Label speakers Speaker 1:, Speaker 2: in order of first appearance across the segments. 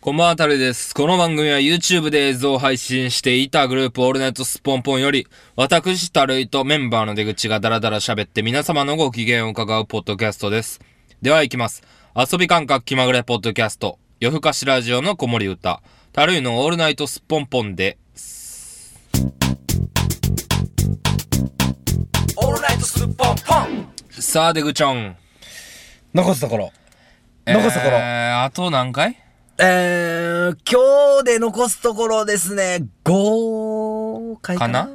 Speaker 1: こんばんは、たるいです。この番組は YouTube で映像を配信していたグループオールナイトスッポンポンより、私、たるいとメンバーの出口がダラダラ喋って皆様のご機嫌を伺うポッドキャストです。では行きます。遊び感覚気まぐれポッドキャスト、夜更かしラジオの子守歌、たるいのオールナイトスッポンポンで、
Speaker 2: オールナイトスッポンポン
Speaker 1: さあ、出口ちゃん。
Speaker 2: 残すところ。残すところ。え
Speaker 1: えー、あと何回
Speaker 2: ー、今日で残すところですね、5回かな
Speaker 1: かな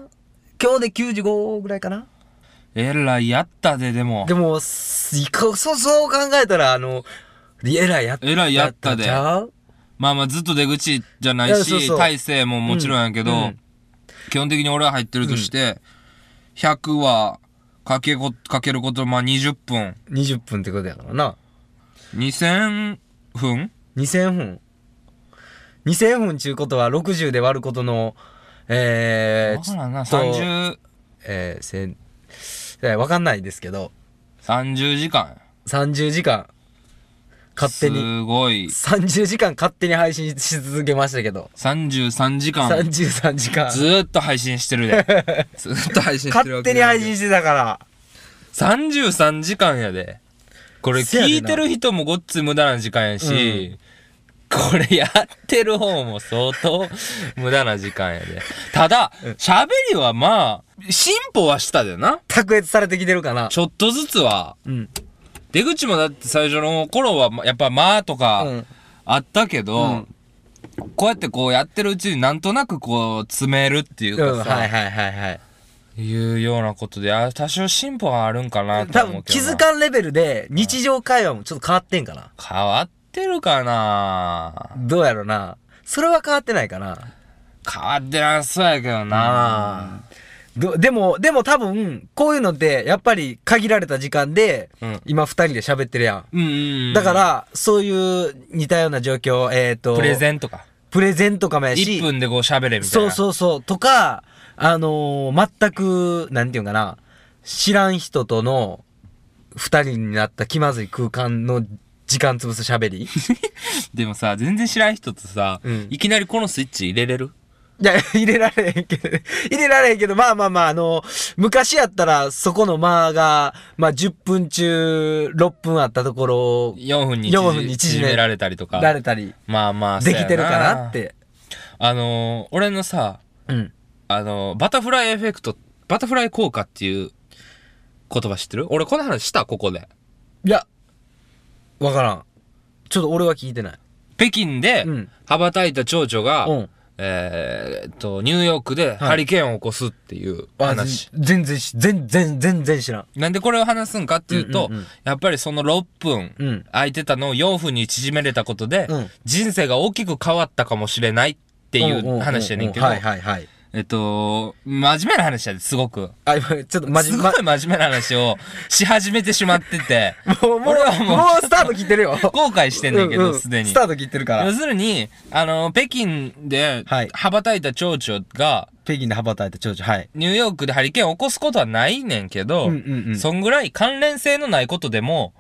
Speaker 2: 今日で95ぐらいかな
Speaker 1: えらいやったで、でも。
Speaker 2: でも、すいかそう、そう考えたら、あの、えらいやった。
Speaker 1: えらいやったで
Speaker 2: ちゃう
Speaker 1: まあまあずっと出口じゃない
Speaker 2: いやそう
Speaker 1: し、
Speaker 2: そう
Speaker 1: 体勢ももちろんやけど、
Speaker 2: うんうん
Speaker 1: 基本的に俺は入ってるとして、100はかけこ、かけること、まあ20分、
Speaker 2: 20分ってことやからな。
Speaker 1: 2000分
Speaker 2: 2000分。2000分ちゅうことは60で割ることの、えー、
Speaker 1: わからんな、
Speaker 2: ちょっと
Speaker 1: 30、
Speaker 2: えー、せん、えーわかんないですけど、
Speaker 1: 30時間。
Speaker 2: 30時間、勝手に。
Speaker 1: すごい。
Speaker 2: 30時間勝手に配信し続けましたけど。
Speaker 1: 33時間、
Speaker 2: 33時間。
Speaker 1: ずーっと配信してる で。ずーっと配信してる
Speaker 2: 勝
Speaker 1: わけ
Speaker 2: 手に
Speaker 1: じゃない
Speaker 2: 配
Speaker 1: けど
Speaker 2: 信してたから。
Speaker 1: 33時間やで。これ
Speaker 2: せやでな
Speaker 1: 聞いてる人もごっつい無駄な時間やし、これやってる方も相当無駄な時間やで。ただ、喋りはまあ、進歩はしたでな。
Speaker 2: 卓越されてきてるかな。
Speaker 1: ちょっとずつは。
Speaker 2: うん。
Speaker 1: 出口もだって最初の頃は、まやっぱまあと
Speaker 2: う
Speaker 1: か
Speaker 2: ん
Speaker 1: あったけど、
Speaker 2: うん
Speaker 1: こうやってこうやってるうちになんとなくこう詰めるっていう
Speaker 2: う
Speaker 1: か
Speaker 2: ん、
Speaker 1: さ、
Speaker 2: はいはいはいはい。
Speaker 1: いうようなことで、あ多少進歩はあるんかなと
Speaker 2: 多
Speaker 1: 思
Speaker 2: 分
Speaker 1: うけど
Speaker 2: 気
Speaker 1: な。
Speaker 2: づかんレベルで日常会話もちょっと変わってんかな。
Speaker 1: 変わってるかな
Speaker 2: どうやろな。それは変わってないかな。
Speaker 1: 変わってなそうやけどな
Speaker 2: どでも、でも多分、こういうのって、やっぱり限られた時間で、
Speaker 1: うん
Speaker 2: 今二人で喋ってるやん。
Speaker 1: うんうんうん
Speaker 2: だから、そういう似たような状況、えっ、と、
Speaker 1: プレ
Speaker 2: ン。
Speaker 1: ゼンとか
Speaker 2: プレゼントかもやし、
Speaker 1: 1分でこう喋れみたいな
Speaker 2: そうそうそう。とか、あのー全く、なんていうんかな、知らん人との二人になった気まずい空間の時間潰す 喋り。い
Speaker 1: でもさ全然知らん人とさ、
Speaker 2: うん
Speaker 1: いきなりこのスイッチ入れれる
Speaker 2: や、入れられへんけど、入れられへんけど、まあまあまあ、あの昔やったら、そこの間が、まあ10分中6分あったところを、
Speaker 1: 4分に
Speaker 2: 4分に縮
Speaker 1: 縮
Speaker 2: め
Speaker 1: められたりとか
Speaker 2: られたり、
Speaker 1: まあまあ
Speaker 2: できてるかなっ
Speaker 1: そうや
Speaker 2: て。
Speaker 1: なあのー俺のさ
Speaker 2: うん。
Speaker 1: あのーバタフライエフェクトバタフライ効果っていう言葉知ってる俺この話したここで
Speaker 2: いや、わからん。ちょっと俺は聞いてない。
Speaker 1: 北京で
Speaker 2: うん
Speaker 1: 羽ばたいた蝶々が、
Speaker 2: うん
Speaker 1: えーっと、ニューヨークでハリケーンを起こすっていう
Speaker 2: あ
Speaker 1: 話。
Speaker 2: 全然し、全然、全然知らん。
Speaker 1: なんでこれを話すんかっていうと、
Speaker 2: うんうんうん
Speaker 1: やっぱりその6
Speaker 2: う
Speaker 1: 分
Speaker 2: ん
Speaker 1: 空いてたのを4分に縮めれたことで、
Speaker 2: うん
Speaker 1: 人生が大きく変わったかもしれないってい
Speaker 2: んんん
Speaker 1: うん話やねんけど、
Speaker 2: はいはいはい。
Speaker 1: えっと、真面目な話やですごく。
Speaker 2: あ、今、ちょっと、まじ、
Speaker 1: すご
Speaker 2: ま
Speaker 1: い、真面目な話をし始めてしまって て、
Speaker 2: もう、もう、もう
Speaker 1: 俺はもう
Speaker 2: スタート切ってるよ。
Speaker 1: 後悔してんねんけ
Speaker 2: う
Speaker 1: ど、
Speaker 2: う
Speaker 1: すでに。
Speaker 2: スタート切ってるから
Speaker 1: 要。するに、あの、北京で
Speaker 2: はい
Speaker 1: 羽ばたいた蝶々が、
Speaker 2: 北京で羽ばたいた蝶々、はい。
Speaker 1: ニューヨークでハリケーンを起こすことはないねんけど、
Speaker 2: うんうんうん
Speaker 1: そんぐらい関連性のないことでも、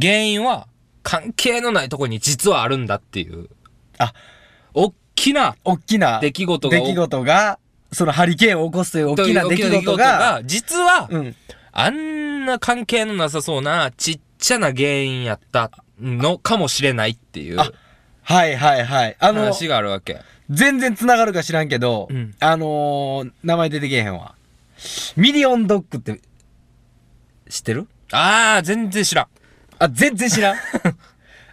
Speaker 1: 原因は関係のないとこに実はあるんだっていう。
Speaker 2: あ、
Speaker 1: おっきな
Speaker 2: 大きな
Speaker 1: 出来事が
Speaker 2: 出来事が、そのハリケーンを起こすという大きな出来事が、、
Speaker 1: 実は、
Speaker 2: うん。
Speaker 1: あんな関係のなさそうなちっちゃな原因やったのかもしれないっていう
Speaker 2: あはいはいはい。あの、
Speaker 1: 話があるわけ。
Speaker 2: 全然繋がるか知らんけど
Speaker 1: うん、
Speaker 2: あのー、名前出てけえへんわ。ミリオンドッグって、知ってる
Speaker 1: あー、全然知らん。
Speaker 2: あ、全然知 らん。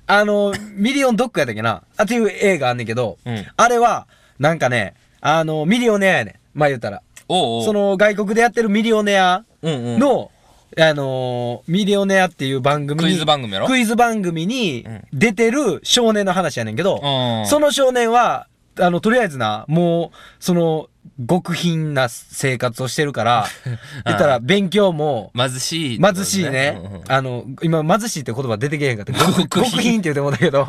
Speaker 2: あの、ミリオンドッグやったっけなあ、っていう映画あんねんけど、
Speaker 1: うん
Speaker 2: あれは、なんかね、あの、ミリオネアやねん。まあ言うたら。
Speaker 1: おうおう
Speaker 2: そ、の、外国でやってるミリオネア
Speaker 1: うんうん、
Speaker 2: の、あのーミリオネアっていう番組に、
Speaker 1: クイズ番組やろ
Speaker 2: クイズ番組に
Speaker 1: うん
Speaker 2: 出てる少年の話やねんけど、
Speaker 1: うん
Speaker 2: その少年は、あの、とりあえずな、もう、その、極貧な生活をして るから、言ったら勉強も、
Speaker 1: 貧しいってことね、
Speaker 2: 貧しいね。
Speaker 1: うんうん
Speaker 2: あの、今、貧しいって言葉出てけへんかった。極
Speaker 1: 極貧
Speaker 2: 極貧って言うてもうたけど。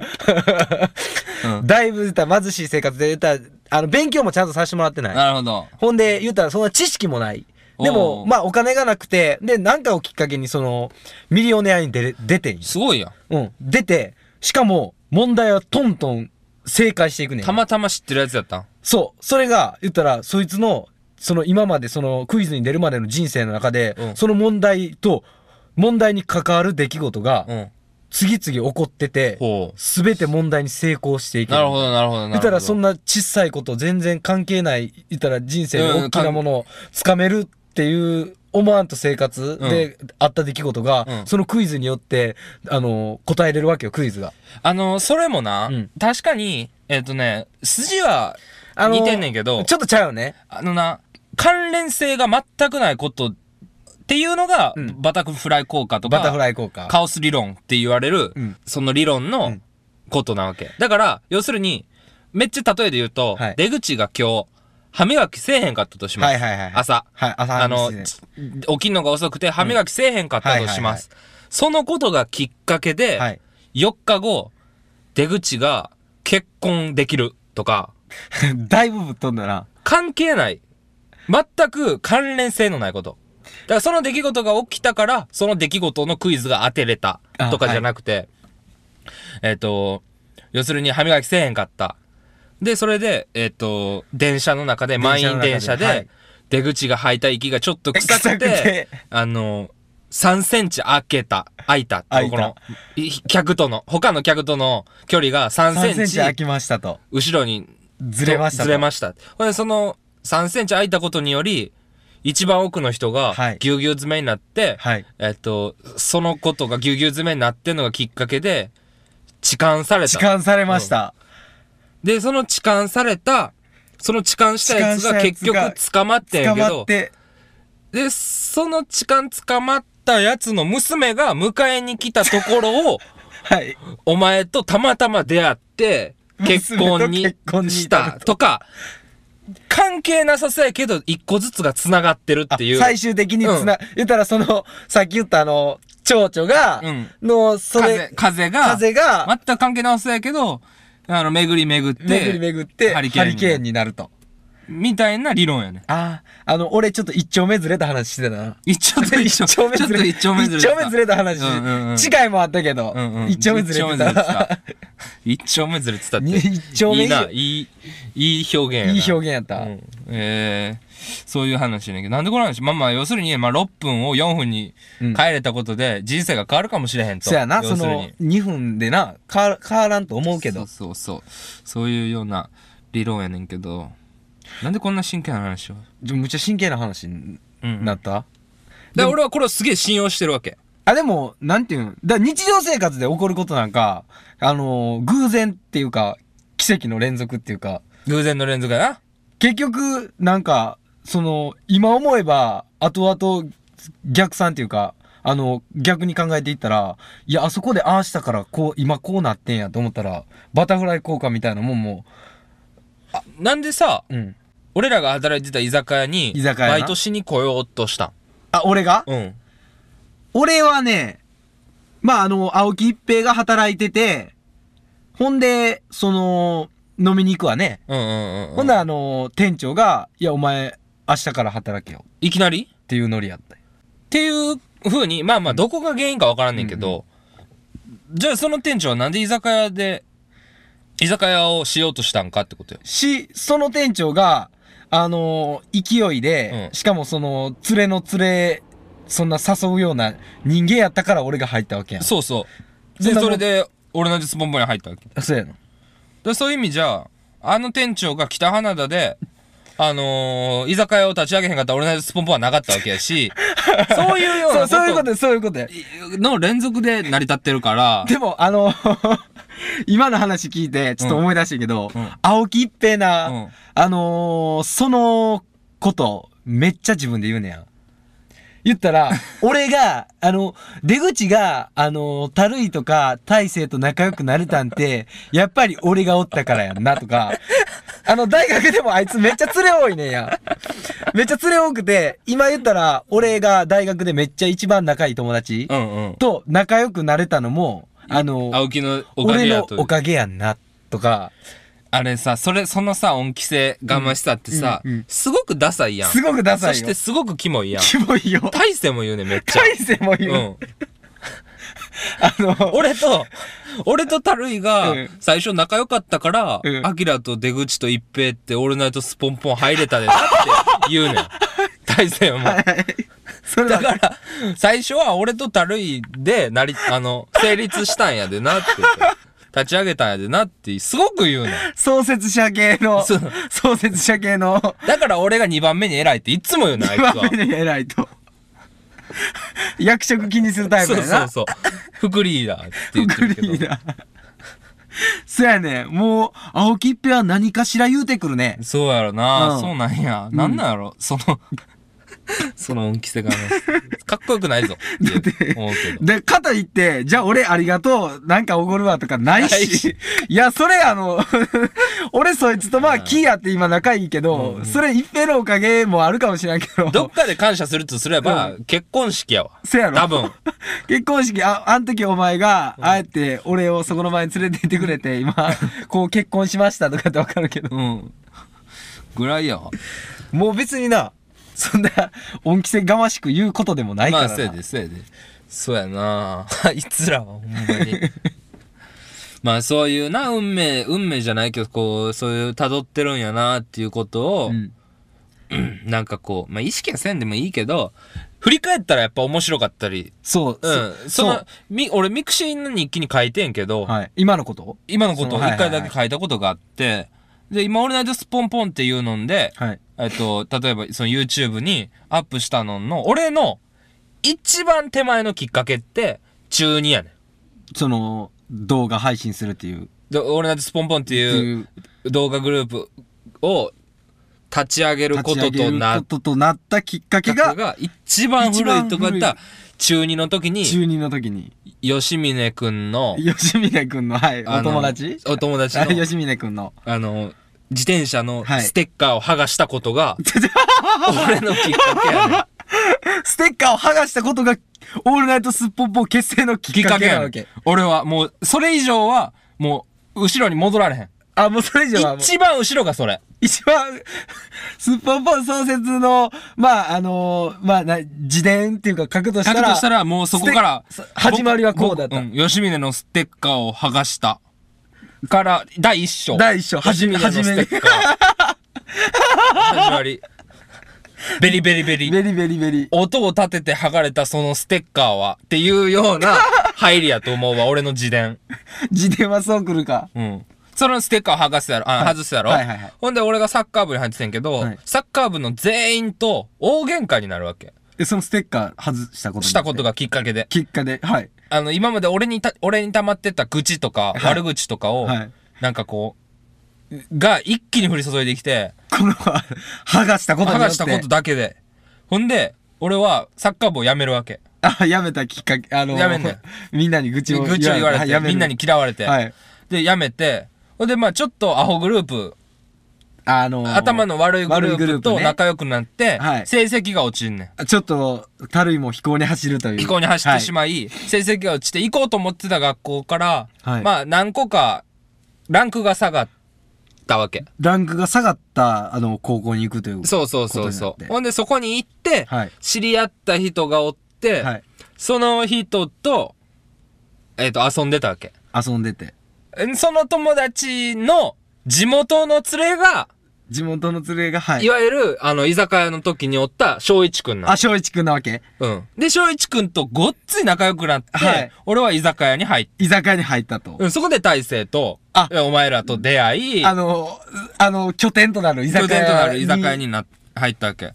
Speaker 2: だいぶ言ったら貧しい生活で言ったら、あの、勉強もちゃんとさせてもらってない。
Speaker 1: なるほど。
Speaker 2: ほんで、言ったらそんな知識もない。で
Speaker 1: お
Speaker 2: も、
Speaker 1: う
Speaker 2: まあ、お金がなくて、で、なんかをきっかけに、その、ミリオネアに出れ出てんよ
Speaker 1: すごいやん。
Speaker 2: うん。出て、しかも、問題はトントン正解していくねん。
Speaker 1: たまたま知ってるやつやったん
Speaker 2: そう。それが、言ったら、そいつの、その今までそのクイズに出るまでの人生の中で、
Speaker 1: うん
Speaker 2: その問題と、問題に関わる出来事が
Speaker 1: う、ん。
Speaker 2: 次々起こってて、
Speaker 1: ほう。
Speaker 2: すべて問題に成功していける。
Speaker 1: なるほど、なるほど、なるほど。
Speaker 2: 言ったら、そんな小さいこと全然関係ない、言ったら人生
Speaker 1: うん
Speaker 2: の大きなものをつかめるっていう、思わんと生活であった出来事が、
Speaker 1: うん
Speaker 2: そのクイズによって、あの、答えれるわけよ、クイズが。
Speaker 1: あの、それもな、
Speaker 2: うん
Speaker 1: 確かに、えっ、とね、筋は
Speaker 2: あの
Speaker 1: 似てんねんけど、
Speaker 2: ちょっとちゃうよね。
Speaker 1: あのな、関連性が全くないことっていうのが、
Speaker 2: うん
Speaker 1: バタフライ効果とか、
Speaker 2: バタフライ効果。
Speaker 1: カオス理論って言われる、
Speaker 2: うん
Speaker 1: その理論
Speaker 2: う
Speaker 1: の
Speaker 2: ん
Speaker 1: ことなわけ。だから、要するに、めっちゃ例えで言うと、
Speaker 2: はい
Speaker 1: 出口が今日、歯磨きせえへんかったとします。
Speaker 2: はいはいはい。
Speaker 1: 朝。
Speaker 2: はい、朝
Speaker 1: あの、
Speaker 2: ですね
Speaker 1: ち起きんのが遅くて歯磨きせえへんかったとします。そのことがきっかけで、
Speaker 2: はい。
Speaker 1: 4日後、出口が結婚できるとか、
Speaker 2: だいぶぶっ飛んだな。
Speaker 1: 関係ない。全く関連性のないこと。だからその出来事が起きたから、その出来事のクイズが当てれたとかじゃなくて、えっ、と、要するに歯磨きせえへんかった。で、それで、えっ、と、電車の中で、満員電車で、
Speaker 2: 電車の中ではい
Speaker 1: 出口が吐いた息がちょっと臭く
Speaker 2: 臭く
Speaker 1: て
Speaker 2: て、
Speaker 1: あの、3センチ開けた、開いたってとこの、い客との、他の客との距離が3
Speaker 2: 3
Speaker 1: セ
Speaker 2: セ
Speaker 1: ン
Speaker 2: ン
Speaker 1: チ
Speaker 2: チ空きましたと。
Speaker 1: 後ろに
Speaker 2: ずれましたと。
Speaker 1: ずれました。ほんで、その3センチ空いたことにより、一番奥の人が
Speaker 2: はい
Speaker 1: ぎゅうぎゅう詰めになって、
Speaker 2: はい。
Speaker 1: えっと、そのことがぎゅうぎゅう詰めになってんのがきっかけで、痴漢され
Speaker 2: 痴
Speaker 1: た。
Speaker 2: 漢されました。
Speaker 1: で、その痴漢された、その痴漢したやつが結
Speaker 2: 痴漢したや
Speaker 1: 局
Speaker 2: つ
Speaker 1: 捕まってんや
Speaker 2: 捕
Speaker 1: け
Speaker 2: ま
Speaker 1: ど
Speaker 2: っ、て、
Speaker 1: で、その痴漢捕まったやつの娘が迎えに来たところを、
Speaker 2: はい。
Speaker 1: お前とたまたま出会 って、結婚に
Speaker 2: 娘と結婚に
Speaker 1: したとか、関係なさそうやけど、一個ずつが繋がってる
Speaker 2: あ
Speaker 1: っていう。
Speaker 2: 最終的につな、言ったらその、さっき言ったあの、蝶々が、
Speaker 1: うん
Speaker 2: の、そ
Speaker 1: 風
Speaker 2: れ、、
Speaker 1: 風が、
Speaker 2: 風が、
Speaker 1: 全く関係なさそうやけど、あの、巡り巡って、
Speaker 2: 巡り巡って、
Speaker 1: ハ
Speaker 2: ハ
Speaker 1: リ
Speaker 2: リ
Speaker 1: ケ
Speaker 2: ケ
Speaker 1: ーンに
Speaker 2: ーンになると。
Speaker 1: みたいな理論やね。
Speaker 2: ああ、あの、俺ちょっと一丁目ずれた話してたな。
Speaker 1: 一丁と 一丁。
Speaker 2: 一丁目
Speaker 1: ちょっ
Speaker 2: ず
Speaker 1: と
Speaker 2: れ。
Speaker 1: 一丁目ずれ
Speaker 2: 一丁目ずれた話
Speaker 1: うんうんうん。
Speaker 2: 近いもあったけど
Speaker 1: うんうん、
Speaker 2: 一丁目ずれて た。。
Speaker 1: 一丁目ずれてたって。
Speaker 2: 一丁
Speaker 1: い
Speaker 2: 目
Speaker 1: い
Speaker 2: 以上
Speaker 1: な、いい、いい表現やな。
Speaker 2: いい表現やった。
Speaker 1: うんえーそういう話やねんけど、なんでこの話まあまあ、要するに、まあ、6分を4分に
Speaker 2: うん
Speaker 1: 変えれたことで、人生が変わるかもしれへんと。
Speaker 2: そやな、そ
Speaker 1: 要する
Speaker 2: の
Speaker 1: に。
Speaker 2: 2分でな、変わら変わらんと思うけど。
Speaker 1: そうそうそう。そういうような理論やねんけど、なんでこんな真剣な話を。
Speaker 2: ちょむっちゃ真剣な話に
Speaker 1: うん
Speaker 2: なった、
Speaker 1: だから俺はこれをすげえ信用してるわけ。
Speaker 2: あ、でも、なんていうんだ日常生活で起こることなんか、あのー偶然っていうか、奇跡の連続っていうか、
Speaker 1: 偶然の連続やな。
Speaker 2: 結局、なんか、その、今思えば、後々、逆算っていうか、あの、逆に考えていったら、いや、あそこでああしたから、こう、今こうなってんやと思ったら、バタフライ効果みたいなもんも、
Speaker 1: なんでさ、
Speaker 2: うん。
Speaker 1: 俺らが働いてた居酒屋に、
Speaker 2: 居酒屋な
Speaker 1: バイトしに来ようとしたん。
Speaker 2: あ、俺が
Speaker 1: うん。
Speaker 2: 俺はね、まあ、あの、青木一平が働いてて、ほんで、その、飲みに行くわね。
Speaker 1: うんうんうんうん。
Speaker 2: ほんなら、あの、店長が、いや、お前、明日から働けよ。
Speaker 1: いきなり
Speaker 2: っていうノリやったよ。
Speaker 1: っていう風に、まあまあ、どこが原因かわからんねんけど、じゃあその店長はなんで居酒屋で、居酒屋をしようとしたんかってことよ。
Speaker 2: し、その店長が、あの勢いで、
Speaker 1: うん
Speaker 2: しかもその、連れの連れ、そんな誘うような人間やったから俺が入ったわけやん。
Speaker 1: そうそう。
Speaker 2: そ
Speaker 1: で、
Speaker 2: んなも
Speaker 1: そ
Speaker 2: ん
Speaker 1: れで、俺のスポンポンに入ったわけ。
Speaker 2: う。そうやの。
Speaker 1: でそういう意味じゃ、あの店長が北花田で、あのー居酒屋を立ち上げへんかったら俺のスポンポンはなかったわけやし、 そういうような
Speaker 2: そう、
Speaker 1: こと
Speaker 2: そういうことやそういうことや。
Speaker 1: の連続で成り立ってるから、
Speaker 2: でも、あの、 今の話聞いて、ちょっと思い出したけど、
Speaker 1: うんうん
Speaker 2: 青木一平な、
Speaker 1: うん
Speaker 2: あのーそのこと、めっちゃ自分で言うねやん。言っ たら、俺が、あの、出口が、あのー、たるいとか、大勢と仲良くなれたんて、やっぱり俺がおったからやんな、とか。あの、大学でもあいつめっちゃ連れ多いねんや。めっちゃ連れ多くて、今言ったら、俺が大学でめっちゃ一番仲いい友達
Speaker 1: うんうん。
Speaker 2: と仲良くなれたのも、あの、
Speaker 1: 青木のおかげ
Speaker 2: 俺
Speaker 1: や
Speaker 2: の
Speaker 1: という
Speaker 2: おかげやんな、とか、
Speaker 1: あれさ、それ、そのさ、恩着せがましさってさ、
Speaker 2: うんうんうん
Speaker 1: すごくダサいやん。
Speaker 2: すごくダサいよ
Speaker 1: そしてすごくキモいやん。
Speaker 2: キモいよ。
Speaker 1: 大勢も言うね、めっちゃ。
Speaker 2: 大勢も言う。
Speaker 1: うん。
Speaker 2: あの、
Speaker 1: 俺と、俺とたるいが
Speaker 2: うん、
Speaker 1: 最初仲良かったから
Speaker 2: う、ん
Speaker 1: アキラと出口と一平って、オールナイトスポンポン入れたでなって言う ねん。大勢も。
Speaker 2: それ
Speaker 1: だ
Speaker 2: だ
Speaker 1: から、最初は俺とたるいで、なり、あの、成立したんやでなって言って。 立ち上げたんやでなって、すごく言うねん。
Speaker 2: 創設者系の
Speaker 1: そう、
Speaker 2: 創設者系の、
Speaker 1: だから俺が2番目に偉いっていつも言うねん、あいつ
Speaker 2: 2
Speaker 1: は
Speaker 2: 番。目に偉いと。役職気にするタイプ
Speaker 1: そ
Speaker 2: や
Speaker 1: う
Speaker 2: な。
Speaker 1: そうそう。副リーダーって言って
Speaker 2: グ
Speaker 1: る
Speaker 2: リ
Speaker 1: けど
Speaker 2: ー。だ。そやねもう、青木っぺは何かしら言うてくるね。
Speaker 1: そうやろな、
Speaker 2: うん
Speaker 1: そうなんや。
Speaker 2: ん
Speaker 1: なんなんやろその、 その恩着せがね。かっこよくないぞ。って思う けど。
Speaker 2: で、かといって、じゃあ俺ありがとう、なんかおごるわとかない
Speaker 1: ない
Speaker 2: し
Speaker 1: し、
Speaker 2: いや、それあの、 俺そいつとまあ、キーやって今仲いいけど、それ一平のおかげもあるかもしれんけど、
Speaker 1: どっかで感謝するとすれば、結婚式やわ。
Speaker 2: せやろ
Speaker 1: 多分。
Speaker 2: 結婚式、あ、あの時お前が、ああえて俺をそこの前に連れて行ってくれて、 今、こう結婚しましたとかってわかるけど、
Speaker 1: うん。ぐらいやわ。
Speaker 2: もう別にな、そんな、恩着せがましく言うことでもないか
Speaker 1: まあ、
Speaker 2: ら
Speaker 1: そうや
Speaker 2: な
Speaker 1: で、。そうやで。そうやな あいつらはほんまに。 まあそういうな、運命、運命じゃないけど、こう、そういう辿ってるんやなっていうことを、
Speaker 2: うん
Speaker 1: なんかこう、まあ意識はせんでもいいけど、振り返ったらやっぱ面白かったり
Speaker 2: そう、
Speaker 1: うん。その、み、俺ミクシーの日記に書いてんけど、
Speaker 2: はい。今のこと
Speaker 1: 今のことを
Speaker 2: そうはい
Speaker 1: 一回だけ書いたことがあって、で、今、オールナイトスポンポンっていうのんで、
Speaker 2: はい。
Speaker 1: えっと、例えば、その YouTube にアップしたのの、俺の一番手前のきっかけって、中2やねん。
Speaker 2: その、動画配信するっていう。
Speaker 1: で、オールナイトスポンポンって
Speaker 2: って
Speaker 1: い
Speaker 2: いうう
Speaker 1: 動画グループを立ち上げること
Speaker 2: 立ち上
Speaker 1: と
Speaker 2: げる
Speaker 1: な
Speaker 2: こ
Speaker 1: っ
Speaker 2: ととなったきっかけ
Speaker 1: たの
Speaker 2: が、
Speaker 1: が、一番古いとこやっ
Speaker 2: 一
Speaker 1: た
Speaker 2: 番
Speaker 1: ら、中2の時に、
Speaker 2: 中2の時に、
Speaker 1: 吉峰くんの、
Speaker 2: 吉峰くんの、はい、
Speaker 1: あの
Speaker 2: お友達
Speaker 1: お友達の
Speaker 2: はい、 吉峰くんの。
Speaker 1: あの、自転車の
Speaker 2: はい
Speaker 1: ステッカーを剥がしたこと が、俺のきっかけやねん。
Speaker 2: ステッカーを剥がしたことが、オールナイトスッポンポン結成の き
Speaker 1: き
Speaker 2: っ
Speaker 1: っ
Speaker 2: か
Speaker 1: か
Speaker 2: け
Speaker 1: け
Speaker 2: な
Speaker 1: や
Speaker 2: わ
Speaker 1: ね
Speaker 2: け
Speaker 1: ん。。俺はもう、それ以上は、もう、後ろに戻られへん。
Speaker 2: あ、もうそれ以上はもう、
Speaker 1: 一番後ろがそれ。
Speaker 2: 一番、スッポンポン創設の、まあ、あのーまあ、な、自伝っていうか書くとした
Speaker 1: だ
Speaker 2: ら、
Speaker 1: としたら、もうそこから
Speaker 2: ステ、始まりはこうだった
Speaker 1: 僕ん吉峰のステッカーを剥がした。から、第一章。
Speaker 2: 第一章
Speaker 1: 吉峰のステッカー。始まり。 ベリベリベリ。
Speaker 2: ベリベリベリ。
Speaker 1: 音を立てて剥がれたそのステッカーは、っていうよう な入りやと思うわ、俺の自伝。
Speaker 2: 自伝はそう来るか。
Speaker 1: うん。そのステッカー剥がすやろ、あ、
Speaker 2: はい
Speaker 1: 外すやろ、
Speaker 2: はいはいはい
Speaker 1: ほんで俺がサッカー部に入ってたんやけど、
Speaker 2: はい
Speaker 1: サッカー部の全員と大喧嘩になるわけ。
Speaker 2: え、そのステッカー外したこと
Speaker 1: したこと
Speaker 2: が。
Speaker 1: がきっかけで。
Speaker 2: きっかけで、はい。
Speaker 1: あの、今まで俺にた、俺に溜まってた愚痴とか、
Speaker 2: はい
Speaker 1: 悪口とかを、
Speaker 2: はい
Speaker 1: なんかこう、が一気に降り注いできて、
Speaker 2: この、剥がしたことに
Speaker 1: 剥
Speaker 2: よって
Speaker 1: がしたことだけで。ほんで、俺はサッカー部を辞めるわけ。
Speaker 2: あ、やめたきっかけ、あの、
Speaker 1: やめんねん
Speaker 2: みんなに愚痴を
Speaker 1: 愚痴を言われて、みんなに嫌われて。
Speaker 2: はい。
Speaker 1: で、辞めて、ほんで、まあちょっとアホグループ、
Speaker 2: あのー
Speaker 1: 頭の悪いグループと
Speaker 2: ね
Speaker 1: 仲良くなって
Speaker 2: は、い
Speaker 1: 成績が落ちんねん。
Speaker 2: ちょっと、たるいも飛行に走るという。
Speaker 1: 以降に走ってし
Speaker 2: ま
Speaker 1: まい、成績が落ちて行こうと思ってた学校から、
Speaker 2: はい
Speaker 1: まあ何個かランクが下がったわけ。
Speaker 2: う。ランクが下がった、あの、高校に行くという。
Speaker 1: そうそうそうそ
Speaker 2: こと
Speaker 1: う。
Speaker 2: になって
Speaker 1: ほんでそこに行って、
Speaker 2: はい
Speaker 1: 知り合った人がおって、
Speaker 2: はい。
Speaker 1: その人と、えっ、と、遊んでたわけ。
Speaker 2: 遊んでて。
Speaker 1: えその友達の地元の連れが、、
Speaker 2: 地元の連れが、はいい。
Speaker 1: わゆる、あの、居酒屋の時におった翔一くんなの
Speaker 2: あ、正一くんなわけ
Speaker 1: うん。で、翔一くんとごっつい仲良くなって、
Speaker 2: はい
Speaker 1: 俺は居酒屋に入って、
Speaker 2: 居酒屋に入ったと。
Speaker 1: うん、そこで大勢と、
Speaker 2: あ
Speaker 1: えお前らと出会い、
Speaker 2: あの、あの、拠点となる居酒
Speaker 1: 拠
Speaker 2: 屋に。
Speaker 1: 点となる居酒屋にな、入ったわけ。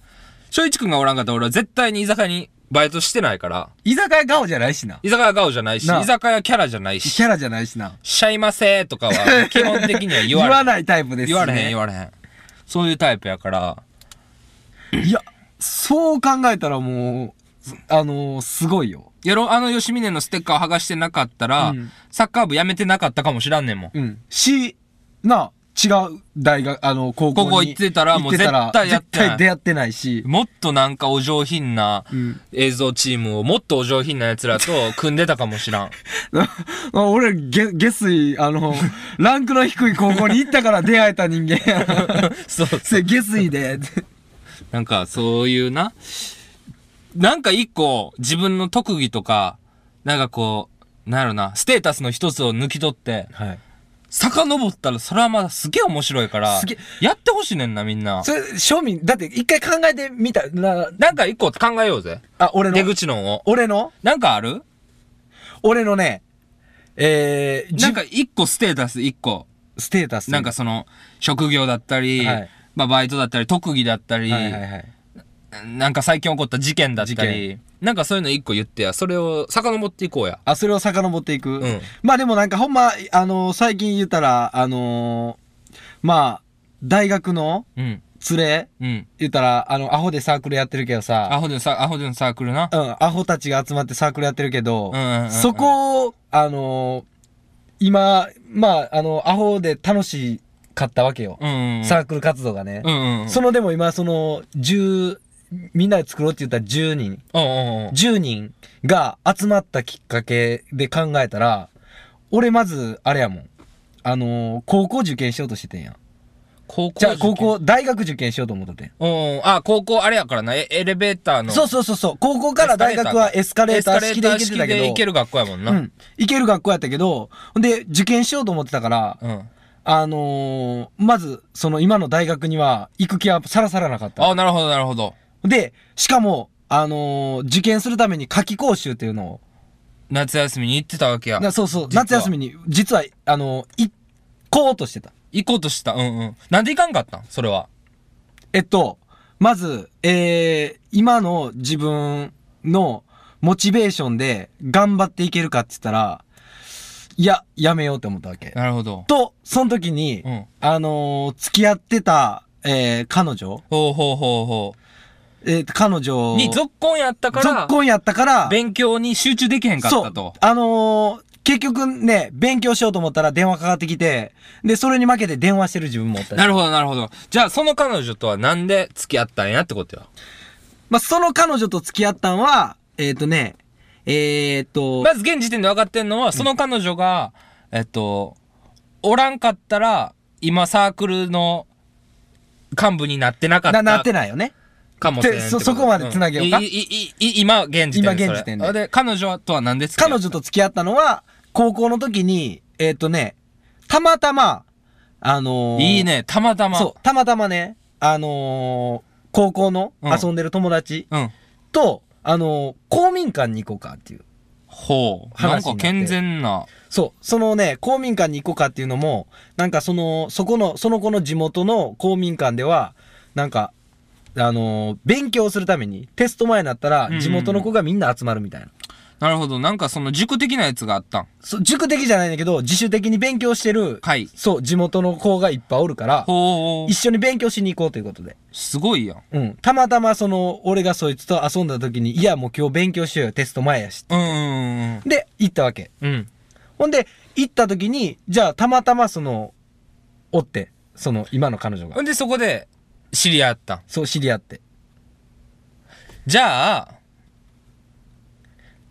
Speaker 1: 翔一くんがおらんかったら俺は絶対に居酒屋にバイトしてないから、
Speaker 2: 居酒屋顔じゃないしな。
Speaker 1: 居酒屋顔じゃないし、
Speaker 2: なあ
Speaker 1: 居酒屋キャラじゃないし、
Speaker 2: キャラじゃないしな。
Speaker 1: しゃいませとか は、基本的には言わ
Speaker 2: 言
Speaker 1: れへ
Speaker 2: わ
Speaker 1: ん。
Speaker 2: ないタイプですね。
Speaker 1: 言われへん、言われへん。そういうタイプやから、
Speaker 2: いや、そう考えたらもう、あのー、すごいよ。
Speaker 1: やろ、あの吉峰のステッカーを剥がしてなかったら、
Speaker 2: うん
Speaker 1: サッカー部やめてなかったかもしらんねんもん。
Speaker 2: うん。し、な、違う大学、あの、高校に。
Speaker 1: 高校行ってたらもう
Speaker 2: 行ってたら
Speaker 1: 絶対やってない
Speaker 2: 絶対出会ってないし。
Speaker 1: もっとなんかお上品な
Speaker 2: うん。
Speaker 1: 映像チームを、もっとお上品な奴 らと組んでたかもしらん。
Speaker 2: 俺、げ、下水、あの、ランクの低い高校に行ったから出会えた人間 や。
Speaker 1: そう
Speaker 2: それ下水で。
Speaker 1: なんか、そういうな。なんか一個、自分の特技とか、なんかこう、なんやろな、ステータスの一つを抜き取って、
Speaker 2: はい。
Speaker 1: 遡ったらそれはまだすげえ面白いから
Speaker 2: すげえ、
Speaker 1: やってほしいねんな、みんな
Speaker 2: そ。れ、庶民、だって一回考えてみたら、
Speaker 1: なんか一個考えようぜ。
Speaker 2: あ、俺
Speaker 1: 出
Speaker 2: の、
Speaker 1: 口論を。
Speaker 2: 俺の、
Speaker 1: なんかある
Speaker 2: 俺のね、えー、じ
Speaker 1: なんか一個ステータス一個。
Speaker 2: ステータス。
Speaker 1: なんか、その、職業だったり、
Speaker 2: はい
Speaker 1: まあバイトだったり、特技だったり、
Speaker 2: はいはいはい。
Speaker 1: なんか最近起こった事件だっ
Speaker 2: 事
Speaker 1: たり、なんかそういうの一個言ってや、それを遡っていこうや。
Speaker 2: あ、それを遡っていく。
Speaker 1: うん
Speaker 2: まあでもなんかほんま、あのー最近言ったら、あのーまあ、大学の
Speaker 1: うん。
Speaker 2: 連れ、
Speaker 1: うん。
Speaker 2: 言ったら、あの、アホでサークルやってるけど
Speaker 1: ア
Speaker 2: さ、
Speaker 1: ホでさ、アホでのサークルな。
Speaker 2: うん、アホたちが集まってサークルやってるけど、
Speaker 1: うんうんうんうん
Speaker 2: そこを、あのー今、まあ、あの、アホで楽しかったわけよ。
Speaker 1: うんうんうん。
Speaker 2: サークル活動がね。
Speaker 1: うんうんうん。
Speaker 2: そのでも今、その、10、みんなで作ろうって言ったら10人。
Speaker 1: うんうんうん。
Speaker 2: 10人が集まったきっかけで考えたら、俺まず、あれやもん。あのー高校受験しようとしててんや。
Speaker 1: 高校
Speaker 2: じゃあ
Speaker 1: 受験
Speaker 2: 高。校、大学受験しようと思っててん。
Speaker 1: うんうん。あ、高校あれやからな、エエレベーターの。
Speaker 2: そうそうそうそう。高校から大学はエスカレーター式で行けてた
Speaker 1: エスカレーター式で
Speaker 2: け
Speaker 1: 行け
Speaker 2: ど、
Speaker 1: る学校やもんな。
Speaker 2: う。ん。行ける学校やったけど、ほんで、受験しようと思ってたから、
Speaker 1: うん。
Speaker 2: あのーまず、その今の大学には行く気はさらさらなかった。
Speaker 1: あ、なるほど、なるほど。
Speaker 2: で、しかも、あのー受験するために夏季講習っていうのを、
Speaker 1: 夏休みに行ってたわけや。
Speaker 2: なそうそう、
Speaker 1: 実は
Speaker 2: 夏休みに、実は、あのー行こうとしてた。
Speaker 1: 行こうとした。うんうん。なんで行かんかったんそれは。
Speaker 2: えっと、まず、えー、今の自分のモチベーションで頑張っていけるかって言ったら、いや、やめようって思ったわけ。
Speaker 1: なるほど。
Speaker 2: と、その時に、
Speaker 1: うん。
Speaker 2: あのー付き合ってた、えー、彼女、
Speaker 1: ほうほうほうほ
Speaker 2: えー、彼女
Speaker 1: う。に、続婚やったから
Speaker 2: 続、婚やったから、
Speaker 1: 勉強に集中できへんかっ
Speaker 2: そ
Speaker 1: た
Speaker 2: う
Speaker 1: と。
Speaker 2: あのー結局ね、勉強しようと思ったら電話かかってきて、で、それに負けて電話してる自分もおった
Speaker 1: なる
Speaker 2: ほど。
Speaker 1: ほど、なるほど。じゃあ、その彼女とはなんで付き合ったんやってことよ。
Speaker 2: まあ、その彼女と付き合ったんは、えっ、とね、えっ、と、
Speaker 1: まず現時点で分かってんのは、その彼女が、えっと、おらんかったら、今サークルの幹部になってなかっ
Speaker 2: な、なったてないよね。
Speaker 1: かもしれん
Speaker 2: で
Speaker 1: って
Speaker 2: そ
Speaker 1: こと
Speaker 2: そこまで繋げようか
Speaker 1: んいいいい今現時点で。
Speaker 2: 今現時点で
Speaker 1: それで、彼女とは何ですか
Speaker 2: 彼女と付き合ったのは、高校の時に、えっ、とね、たまたま、あのー
Speaker 1: いいね、たまたま。
Speaker 2: そう、たまたまね、あのー高校の
Speaker 1: うん
Speaker 2: 遊んでる友達
Speaker 1: う。うん。
Speaker 2: と、あのー公民館に行こうかっていう。
Speaker 1: ほう。なん
Speaker 2: 話
Speaker 1: か
Speaker 2: になって
Speaker 1: 健全な。
Speaker 2: そう。そのね、公民館に行こうかっていうのも、なんかその、そこの、その子の地元の公民館では、なんか、あのー勉強するために、テスト前になったら
Speaker 1: うんうん、
Speaker 2: 地元の子がみんな集まるみたいな。
Speaker 1: なるほど。なんかその塾的なやつがあったん。
Speaker 2: そう塾的じゃないんだけど、自主的に勉強してる、
Speaker 1: はい。
Speaker 2: そう、地元の子がいっぱいおるから、
Speaker 1: ほう
Speaker 2: 一。緒に勉強しに行こうということで。
Speaker 1: すごいやん。
Speaker 2: うん。たまたまその、俺がそいつと遊んだ時に、いや、もう今日勉強しようよ、テスト前やし。
Speaker 1: うんうん
Speaker 2: で、行ったわけ。
Speaker 1: うんうん。うん。
Speaker 2: ほんで、行った時に、じゃあ、たまたまその、おって、その、今の彼女が
Speaker 1: ほ。んで、そこで、知り合ったん。
Speaker 2: そう、知り合って。
Speaker 1: じゃあ、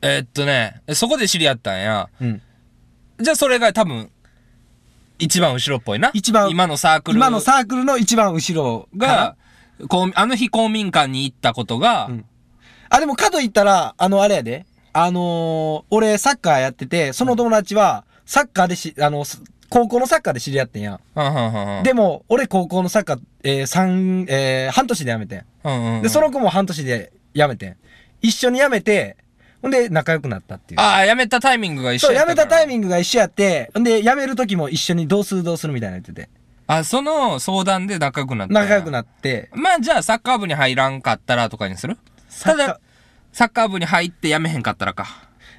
Speaker 1: えーっとね、そこで知り合ったんや。
Speaker 2: うん。
Speaker 1: じゃあそれが多分、一番後ろっぽいな。
Speaker 2: 一番
Speaker 1: 今のサークル
Speaker 2: 今のサークルの一番後ろかな
Speaker 1: が、公あの日公民館に行ったことが、
Speaker 2: うんあ、でもかといったら、あの、あれやで。あのー俺、サッカーやってて、その友達は、サッカーでし、あの、す高校のサッカーで知り合ってんやん。
Speaker 1: うんうんうんうん
Speaker 2: でも、俺、高校のサッカー、えー、三、えー、半年で辞めてん。
Speaker 1: うんうんうん
Speaker 2: で、その子も半年で辞めてん。一緒に辞めて、ほんで、仲良くなったっていう。
Speaker 1: ああ、辞めたタイミングが一緒
Speaker 2: そう、辞めたタイ
Speaker 1: ング。
Speaker 2: ミングが一緒やって、ほんで、辞める時も一緒にどうするどうするみたいなの言ってて。
Speaker 1: あ、その相談で仲良くなった。
Speaker 2: 仲良く
Speaker 1: っ
Speaker 2: なって、
Speaker 1: た。まあじゃあサッカー部に入らんかったらとかにする
Speaker 2: サ
Speaker 1: た
Speaker 2: ッカー
Speaker 1: だ、サッカー部に入って辞めへんかったらか。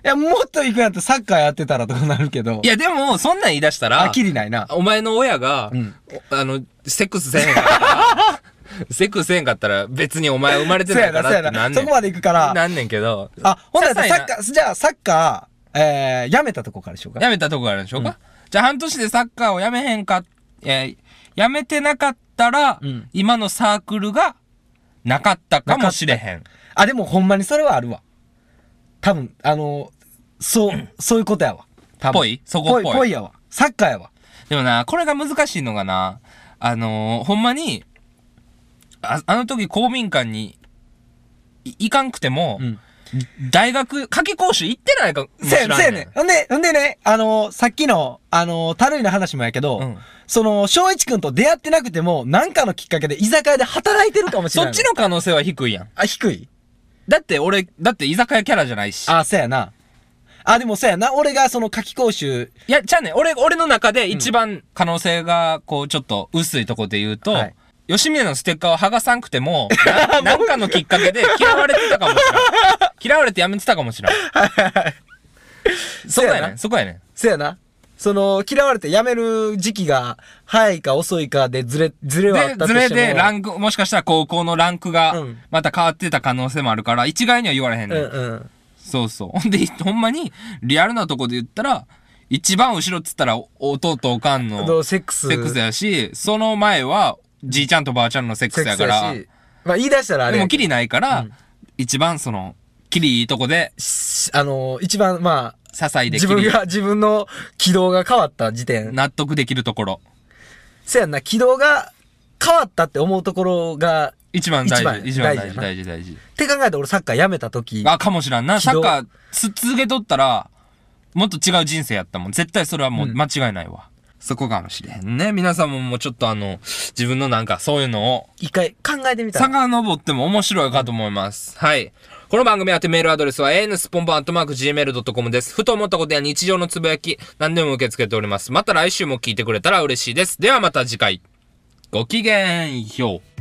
Speaker 2: いや、もっと行くんやったらサッカーやってたらとかなるけど。
Speaker 1: いやでも、そんなん言い出した
Speaker 2: あ、
Speaker 1: ら、
Speaker 2: きりないな。
Speaker 1: お前の親が、
Speaker 2: ん
Speaker 1: おあの、セックスせえへんかったら、 セックスせえへんかったら別にお前生まれて
Speaker 2: そう
Speaker 1: ない
Speaker 2: や
Speaker 1: か
Speaker 2: な、
Speaker 1: ら
Speaker 2: そうや
Speaker 1: ってなん
Speaker 2: な。
Speaker 1: ね
Speaker 2: そ
Speaker 1: ん
Speaker 2: こ。まで行くから。
Speaker 1: なんねんけど。
Speaker 2: あ、ほんなら
Speaker 1: 些
Speaker 2: サ
Speaker 1: 細な
Speaker 2: ッカー、じゃあサッカー、えー、やめたとこからしようか。
Speaker 1: やめたとこがあるんでしょうか、じゃあ半年でサッカーをやめへんか、えーやめてなかったら、
Speaker 2: うん
Speaker 1: 今のサークルがなかったかもしれへん。
Speaker 2: あ、でもほんまにそれはあるわ。多分、あのーそう、そういうことやわ。多分
Speaker 1: ぽいそこっぽい
Speaker 2: ぽいやわ。サッカーやわ。
Speaker 1: でもな、これが難しいのがな、あのーほんまに、ああの時公民館にい行かんくても、
Speaker 2: うん
Speaker 1: 大学、夏季講習行ってないかもし
Speaker 2: せ
Speaker 1: れ
Speaker 2: やね
Speaker 1: ない。
Speaker 2: せやねん。ほんで、ほんでね、あのーさっきの、あのー、たるいの話もやけど、
Speaker 1: うん
Speaker 2: その、翔一くんと出会ってなくても、なんかのきっかけで居酒屋で働いてるかもしれ
Speaker 1: そ
Speaker 2: な
Speaker 1: っ
Speaker 2: い。
Speaker 1: ちの可能性は低いやん。
Speaker 2: あ、低い
Speaker 1: だって俺、だって居酒屋キャラじゃないし。
Speaker 2: あ、そうやな。あ、でもそうやな。俺がその夏季講習、
Speaker 1: いや、じゃあね、俺、俺の中で一番可能性が、こう、ちょっと薄いとこで言うと、
Speaker 2: はい
Speaker 1: 吉宮のステッカーを剥がさんくて も、ななんかのきっかけで嫌われてたかもしれ ない。嫌われてやめてたかもしれない。そこ
Speaker 2: そう
Speaker 1: や
Speaker 2: や
Speaker 1: ね
Speaker 2: な
Speaker 1: そこやね
Speaker 2: そうやな。その、嫌われて辞める時期が早いか遅いかでずれ、ずれはあった
Speaker 1: で、
Speaker 2: とし
Speaker 1: ズ
Speaker 2: ても。
Speaker 1: レでラ
Speaker 2: ン
Speaker 1: ンク、もしかしたら高校のランクが
Speaker 2: うん、
Speaker 1: また変わってた可能性もあるから、一概には言われへん
Speaker 2: う
Speaker 1: ね、
Speaker 2: ん
Speaker 1: ん。
Speaker 2: うん。
Speaker 1: そうそう。 ほんで、ほんまに、リアルなとこで言ったら、一番後ろっつったら、お弟とおかんの、
Speaker 2: どうセックス。
Speaker 1: セックスやし、その前は、じいちゃんとばあちゃんのセック
Speaker 2: セ
Speaker 1: ス
Speaker 2: ッ
Speaker 1: や
Speaker 2: クス
Speaker 1: から、
Speaker 2: やし。まあ言い出したらあれ
Speaker 1: で
Speaker 2: や
Speaker 1: も、キ
Speaker 2: けど。
Speaker 1: リないから、一番その、キリいいとこで、
Speaker 2: しあの、一番、まあ、
Speaker 1: 些細で
Speaker 2: 自
Speaker 1: キ
Speaker 2: 分
Speaker 1: リ、
Speaker 2: が、自分の軌道が変わった時点。
Speaker 1: 納得できるところ。
Speaker 2: せやんな、軌道が変わったって思うところが、
Speaker 1: 一番大事、一
Speaker 2: 一
Speaker 1: 番大
Speaker 2: 番大
Speaker 1: 事、
Speaker 2: 事
Speaker 1: 大事、大事。
Speaker 2: って考えて俺サッカー辞めた時。
Speaker 1: あ、かもしらんな。サ
Speaker 2: 軌
Speaker 1: ッ
Speaker 2: 道
Speaker 1: カー、つ、続けとったら、もっと違う人生やったもん。絶対それはもう間違いないわ。そこかもしれへんね。皆さんももうちょっとあの、自分のなんかそういうのを
Speaker 2: 一回考えてみたら。
Speaker 1: 遡っても面白いかと思います。はい。この番組宛てメールアドレスは ansponpon.gmail.com です。ふと思ったことや日常のつぶやき、何でも受け付けております。また来週も聞いてくれたら嬉しいです。ではまた次回。ごきげんよう。